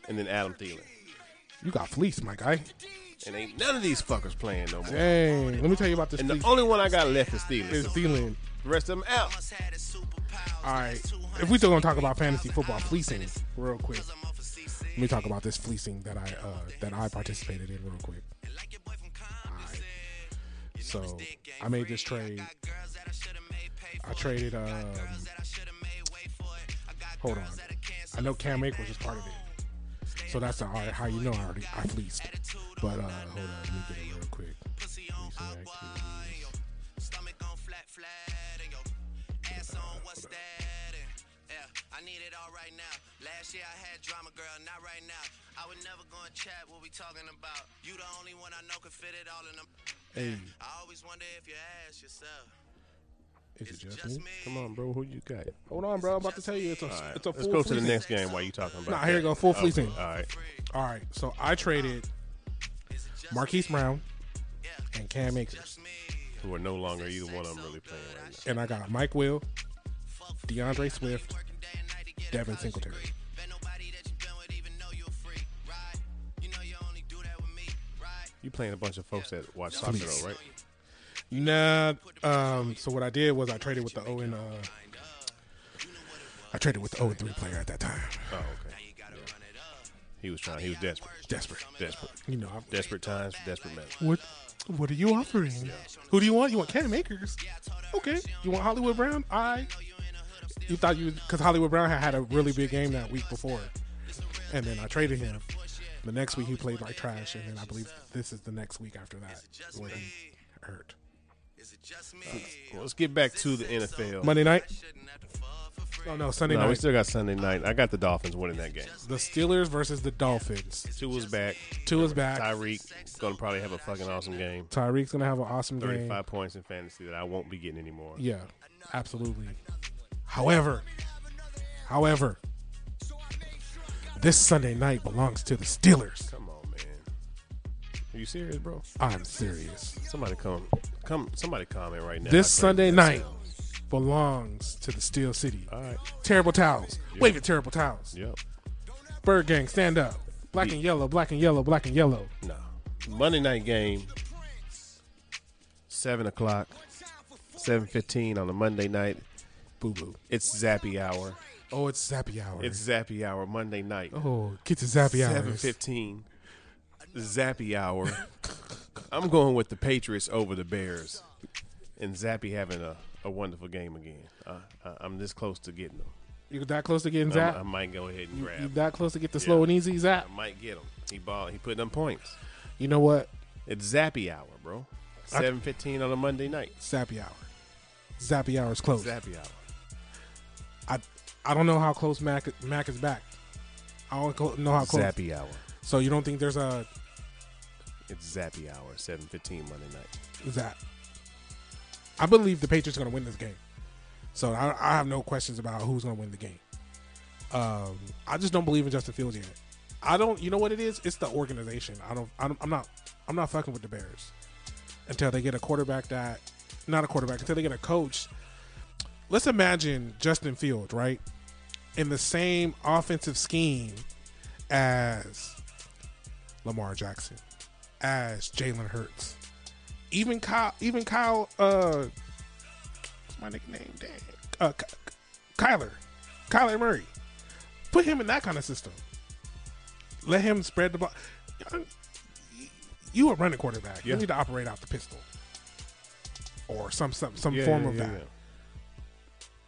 S1: And then Adam Thielen.
S3: You got fleeced, my guy.
S1: And ain't none of these fuckers playing no more.
S3: Dang. Let me tell you about this
S1: And
S3: fleece
S1: the only one I got left is Steelers.
S3: is Thielen.
S1: the rest of them out.
S3: All right. If we still gonna talk about fantasy football fleecing real quick, let me talk about this fleecing that I uh, that I participated in real quick. All right. So I made this trade. I traded. Um, hold on. I know Cam Akers was part of it. So that's the, all right, how you know I already I fleeced. But uh, hold on, let me get it real quick. Fleecing activities.
S4: Stomach on flat, flat, and yo ass on what's that? And, yeah, I need it all right now. Last year I had drama, girl, not right now. I would never go and chat what we talking about. You the only one I know can fit it all in them.
S3: Hey,
S4: I always wonder if you ask yourself.
S3: is it just me?
S1: Come on, bro. Who you got?
S3: Hold on, bro. I'm about to tell you it's a it's a full
S1: Let's go to the
S3: fleecing.
S1: next game while you talking about
S3: Nah, here
S1: that.
S3: you go. Full fleecing.
S1: All right.
S3: All right, so I traded Marquise Brown and Cam Akers,
S1: Who are no longer either one of them really playing right now.
S3: and I got Mike Will, DeAndre Swift, Devin Singletary.
S4: Bet nobody that you been with even know you're free, right? You know you only do that with me, right?
S1: You playing a bunch of folks that watch soccer,
S3: Fleece.
S1: though, right?
S3: Nah, um, so what I did was I traded with the O and uh, I traded with the O and three player at that time.
S1: Oh, okay. Yeah. He was trying. He was desperate.
S3: Desperate,
S1: Desperate.
S3: you know. I'm,
S1: Desperate times. Desperate match.
S3: what What are you offering? Who do you want? You want Cam Akers? Okay. You want Hollywood Brown? I. You thought you because Hollywood Brown had had a really big game that week before, and then I traded him. The next week he played like trash, and then I believe this is the next week after that where he hurt.
S4: Is it just me?
S1: Well, let's get back to the NFL.
S3: Monday night.
S4: Shouldn't have to fall for free.
S3: Oh no, Sunday
S1: no, we
S3: night.
S1: still got Sunday night. I got the Dolphins winning that game.
S3: The Steelers versus the Dolphins.
S1: Two was back.
S3: Two is back.
S1: Tyreek gonna probably have a fucking awesome game.
S3: Tyreek's gonna have an awesome game.
S1: Thirty-five points in fantasy that I won't be getting anymore.
S3: Yeah, absolutely. However, however, this Sunday night belongs to the Steelers.
S1: Come on, man. Are you serious, bro?
S3: I'm serious.
S1: Somebody come, come. Somebody comment right now.
S3: This
S1: I think-
S3: Sunday night belongs to the Steel City.
S1: All right.
S3: Terrible towels. Wave your terrible towels.
S1: Yep.
S3: Bird gang, stand up. Black and yellow, black and yellow, black and yellow.
S1: No. Monday night game. Seven o'clock. Seven fifteen on a Monday night.
S3: Boo boo.
S1: It's Zappy hour.
S3: Oh, it's Zappy Hour.
S1: It's Zappy hour Monday night.
S3: oh, get to Zappy Hour.
S1: Seven fifteen. Zappy hour. I'm going with the Patriots over the Bears, and Zappy having a, a wonderful game again. Uh, I, I'm this close to getting him.
S3: You that close to getting
S1: I'm- I,
S3: zapped?
S1: might go ahead and grab.
S3: You that close to get the slow and easy zap?
S1: I might get him. He ball. He putting up points.
S3: You know what?
S1: It's Zappy hour, bro. Seven fifteen on a Monday night.
S3: Zappy Hour. Zappy Hour is close.
S1: Zappy hour.
S3: I I don't know how close Mac Mac is back. I don't co- know how close.
S1: Zappy hour.
S3: So you don't think there's a
S1: It's Zappy hour. Seven fifteen Monday night.
S3: zap? I believe the Patriots are going to win this game. So I, I have no questions about who's going to win the game. Um, I just don't believe in Justin Fields yet. I don't. You know what it is? It's the organization. I don't. I don't I'm not. I'm not fucking with the Bears until they get a quarterback that, not a quarterback, until they get a coach. Let's imagine Justin Field, right, in the same offensive scheme as Lamar Jackson, as Jalen Hurts, even Kyle, even Kyle, uh, what's my nickname, Dang. uh, Ky- Kyler, Kyler Murray. Put him in that kind of system. Let him spread the ball. You a running quarterback.
S1: Yeah.
S3: You need to operate out the pistol or some some, some
S1: Yeah,
S3: form
S1: yeah,
S3: of
S1: yeah,
S3: that.
S1: yeah.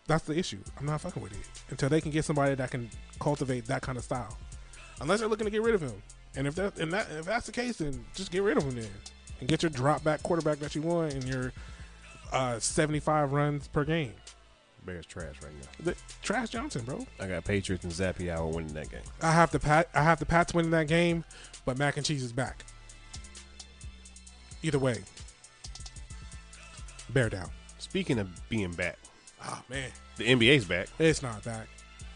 S3: That's the issue. I'm not fucking with it until they can get somebody that can cultivate that kind of style. Unless they're looking to get rid of him, and if that and that if that's the case, then just get rid of him then, and get your drop back quarterback that you want and your uh, 75 runs per game.
S1: Bears trash right now.
S3: The, Trash Johnson, bro.
S1: I got Patriots and Zappy hour winning that game.
S3: I have the pat. I have the Pats winning that game, but Mac and Cheese is back. Either way, bear down.
S1: Speaking of being back, Oh,
S3: Ah man,
S1: the NBA's back.
S3: it's not back.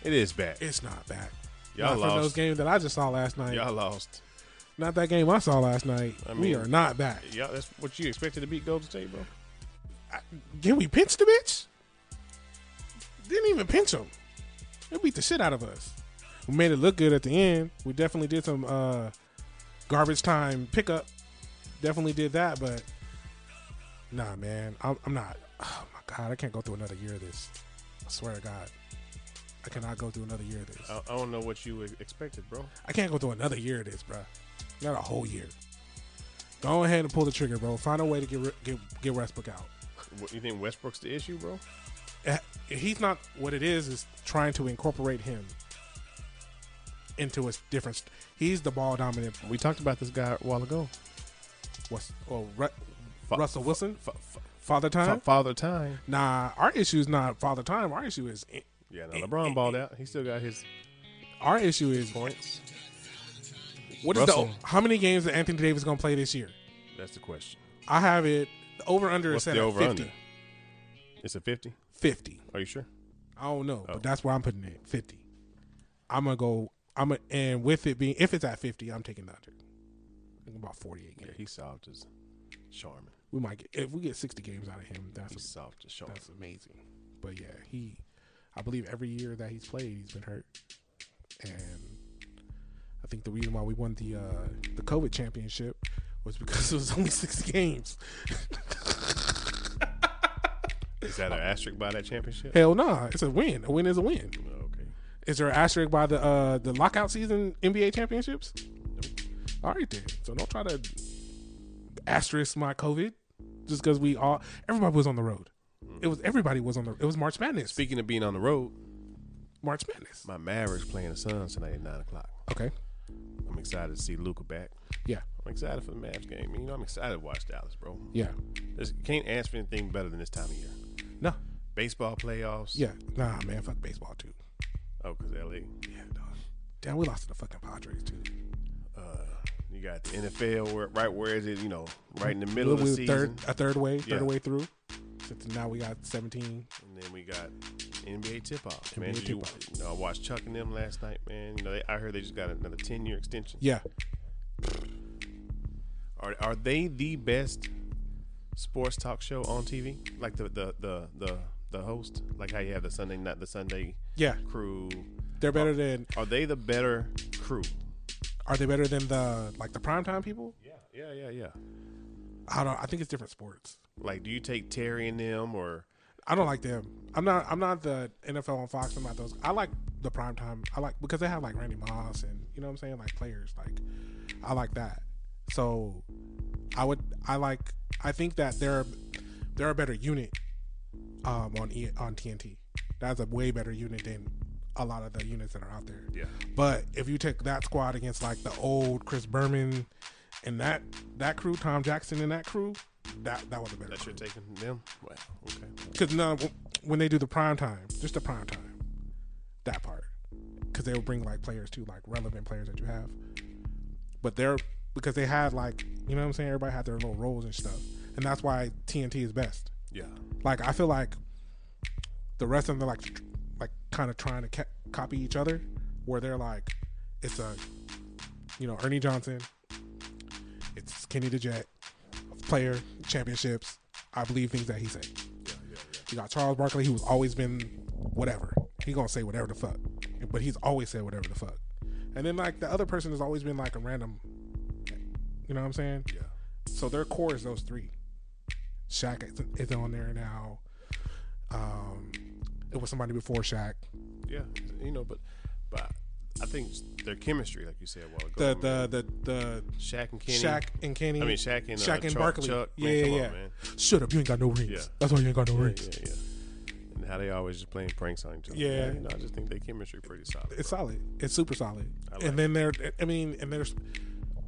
S1: It is back.
S3: It's not back.
S1: Y'all
S3: not from those
S1: lost.
S3: games that I just saw last night.
S1: Y'all lost.
S3: Not that game I saw last night. we
S1: mean-
S3: are not back.
S1: Y'all, that's what you expected to beat Golden State, bro.
S3: Can we pinch the bitch? Didn't even pinch him. They beat the shit out of us. We made it look good at the end. We definitely did some uh, garbage time pickup. Definitely did that, but nah, man, I'm, I'm not. Oh my god, I can't go through another year of this. I swear to God, I cannot go through another year of this.
S1: I, I don't know what you e, expected, bro.
S3: I can't go through another year of this, bro. Not a whole year. Go ahead and pull the trigger, bro. Find a way to get ri- get get Westbrook out.
S1: What, you think Westbrook's the issue, bro?
S3: Eh, He's not what it is. Is trying to incorporate him into a different. st- He's the ball dominant.
S1: We talked about this guy a while ago.
S3: What's oh, Ru-
S1: Fa-
S3: Russell Wilson?
S1: Fa- fa-
S3: Father
S1: fa-
S3: time?
S1: Father time.
S3: Nah, our issue is not father time. Our issue is eh,
S1: Yeah, no, LeBron balled out. He still got his
S3: our issue is
S1: points.
S3: what is
S1: Russell.
S3: the how many games that Anthony Davis gonna play this year?
S1: That's the question.
S3: I have it the over under is
S1: What's
S3: set
S1: the
S3: at
S1: over-under?
S3: 50.
S1: It's a fifty.
S3: 50.
S1: Are you sure?
S3: I don't know, but that's where I'm putting it. Fifty. I'm gonna go. I'm gonna, and with it being if it's at fifty, I'm taking the under. I think about forty-eight
S1: Yeah,
S3: games.
S1: he solved his charming.
S3: We might get if we get sixty games out of him.
S1: He
S3: That's
S1: solved his charming.
S3: that's amazing. But yeah, he. I believe every year that he's played, he's been hurt, and I think the reason why we won the uh, the COVID championship was because it was only six games.
S1: Is that an asterisk by that championship?
S3: Hell nah, it's a win. A win is a win.
S1: Okay.
S3: Is there an asterisk by the uh the lockout season NBA championships? All right then. So don't try to asterisk my COVID just because we all everybody was on the road. It was everybody was on the. It was March Madness.
S1: Speaking of being on the road,
S3: March Madness.
S1: my Mavericks playing the Suns tonight at nine o'clock.
S3: Okay.
S1: I'm excited to see Luca back.
S3: Yeah,
S1: I'm excited for the Mavs game. You know, I'm excited to watch Dallas, bro.
S3: yeah.
S1: This, you can't ask for anything better than this time of year.
S3: No,
S1: Baseball playoffs.
S3: yeah, nah, man, fuck baseball too.
S1: Oh, because LA.
S3: Yeah, dog. Damn, we lost to the fucking Padres too.
S1: You got the NFL where, right where is it? You know, right in the middle of
S3: we
S1: the
S3: were
S1: season.
S3: third, a third way,
S1: Yeah.
S3: third way through. So now we got 17.
S1: And then we got NBA tip off. Man,
S3: NBA
S1: Did you,
S3: tip-off.
S1: you know, I watched Chuck and them last night, man. You know, they, I heard they just got another ten year extension.
S3: Yeah,
S1: Are are they the best sports talk show on TV? Like the the the the, the host? Like how you have the Sunday not the Sunday
S3: yeah.
S1: crew.
S3: They're better than.
S1: Are they the better crew?
S3: Are they better than the like the primetime people?
S1: Yeah, yeah, yeah, yeah.
S3: I don't. I think it's different sports.
S1: Like, do you take Terry and them or
S3: I don't like them. I'm not. I'm not the NFL on Fox. I'm not those. I like the primetime. I like because they have like Randy Moss and you know what I'm saying, like players. Like I like that. So I would. I like. I think that they're they're a better unit um, on E- on TNT. That's a way better unit than a lot of the units that are out there.
S1: Yeah.
S3: But if you take that squad against like the old Chris Berman and that that crew, Tom Jackson and that crew, that that was a better.
S1: that
S3: crew.
S1: you're taking them? Wow, okay.
S3: Because no, when they do the prime time, just the prime time, that part, because they will bring like players too, like relevant players that you have. But they're because they had like you know what I'm saying. Everybody had their little roles and stuff, and that's why TNT is best.
S1: Yeah.
S3: Like I feel like the rest of them are like tr- like kind of trying to ca- copy each other, where they're like, it's a you know Ernie Johnson, it's Kenny DeJet, player championships. I believe things that he said. You got Charles Barkley, who's always been whatever. He gonna say whatever the fuck, but he's always said whatever the fuck. And then like the other person has always been like a random. You know what I'm saying?
S1: Yeah.
S3: So their core is those three. Shaq is- is on there now. Um, it was somebody before Shaq.
S1: Yeah. You know, but but I think their chemistry, like you said a while ago.
S3: The
S1: man.
S3: the the the
S1: Shaq and Kenny.
S3: Shaq and Kenny.
S1: I mean, Shaq and, uh,
S3: Shaq and
S1: Chuck-
S3: Barkley.
S1: Chuck,
S3: yeah,
S1: man, come
S3: yeah,
S1: on,
S3: yeah.
S1: man.
S3: Shut up! You ain't got no rings.
S1: Yeah.
S3: That's why you ain't got no rings.
S1: Yeah, yeah. And how they always just playing pranks on each other.
S3: Yeah.
S1: You know, I just think their chemistry pretty solid.
S3: It's
S1: bro.
S3: solid. It's super solid.
S1: like
S3: and then there, I mean, and there's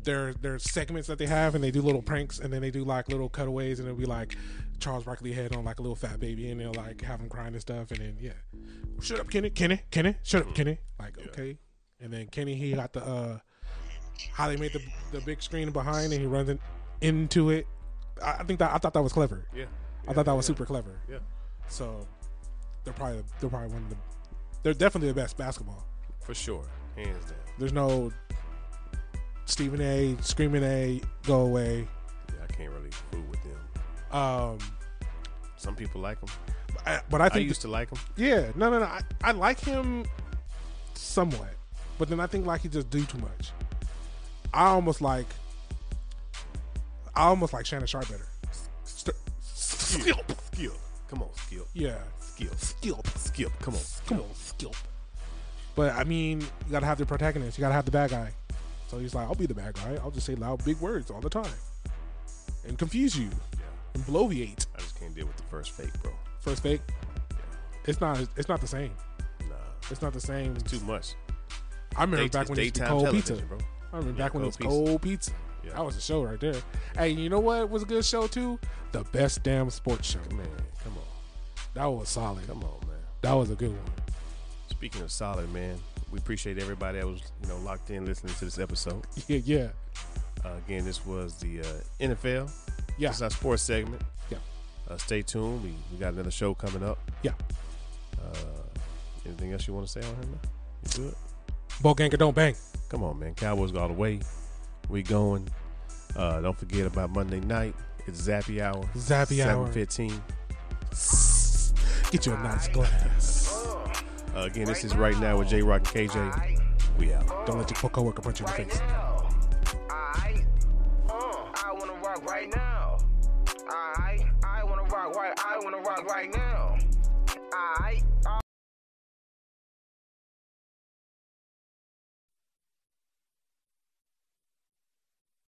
S3: there there's segments that they have, and they do little pranks, and then they do like little cutaways, and it'll be like Charles Barkley head on like a little fat baby, and they'll like have him crying and stuff, and then yeah, shut up, Kenny, Kenny, Kenny, shut up, Kenny. Like okay, and then Kenny he got the uh how they made the the big screen behind, and he runs in, into it. I, I think that I thought that was clever.
S1: yeah.
S3: I thought that was super clever.
S1: Yeah.
S3: So they're probably they're probably one of the they're definitely the best basketball.
S1: For sure. Hands down.
S3: There's no Stephen A. Screaming A. Go away.
S1: Yeah, I can't really fool with them.
S3: Um,
S1: Some people like them.
S3: I- but I
S1: I,
S3: think
S1: used to like them.
S3: yeah, no, no, no. I, I like him somewhat, but then I think like he just do too much. I almost like I almost like Shannon Sharp better. St-
S1: Skip. Skip. Come on, Skip.
S3: yeah,
S1: Skip.
S3: skill,
S1: Skip. Come on. Skip.
S3: come on, skill. But I mean, you gotta have the protagonist. You gotta have the bad guy. So he's like, I'll be the bad guy. I'll just say loud, big words all the time, and confuse you,
S1: Yeah.
S3: and bloviate.
S1: I just can't deal with the first fake, bro.
S3: first fake. It's not. It's not the same.
S1: Nah.
S3: It's not the same.
S1: Too much.
S3: I remember
S1: Day-
S3: back when it used to be
S1: daytime
S3: cold pizza.
S1: television, bro.
S3: I remember back when it was
S1: cold pizza.
S3: cold pizza.
S1: Yeah.
S3: That was a show right there. Hey, you know what was a good show too? The best damn sports show.
S1: Man, come on.
S3: That was solid.
S1: Come on, man.
S3: That was a good one.
S1: Speaking of solid, man, we appreciate everybody that was, you know, locked in listening to this episode.
S3: Yeah, yeah,
S1: Uh, again, this was the uh, NFL.
S3: yeah,
S1: This is our sports segment.
S3: yeah,
S1: Uh, stay tuned. We, we got another show coming up.
S3: yeah.
S1: Anything else you want to say on him? man? You good?
S3: Boganka don't bang.
S1: Come on, man. Cowboys go all the way. We going. Uh, don't forget about Monday night. It's Zappy Hour.
S3: Zappy hour.
S1: 7:15.
S3: Get you a nice glass.
S1: Uh, again, this is right now with J Rock and KJ. We out.
S3: Don't let your co- coworker punch you in the
S2: right
S3: face.
S2: now. I, uh, I wanna rock right now. I, I wanna rock right. I wanna rock right now. I,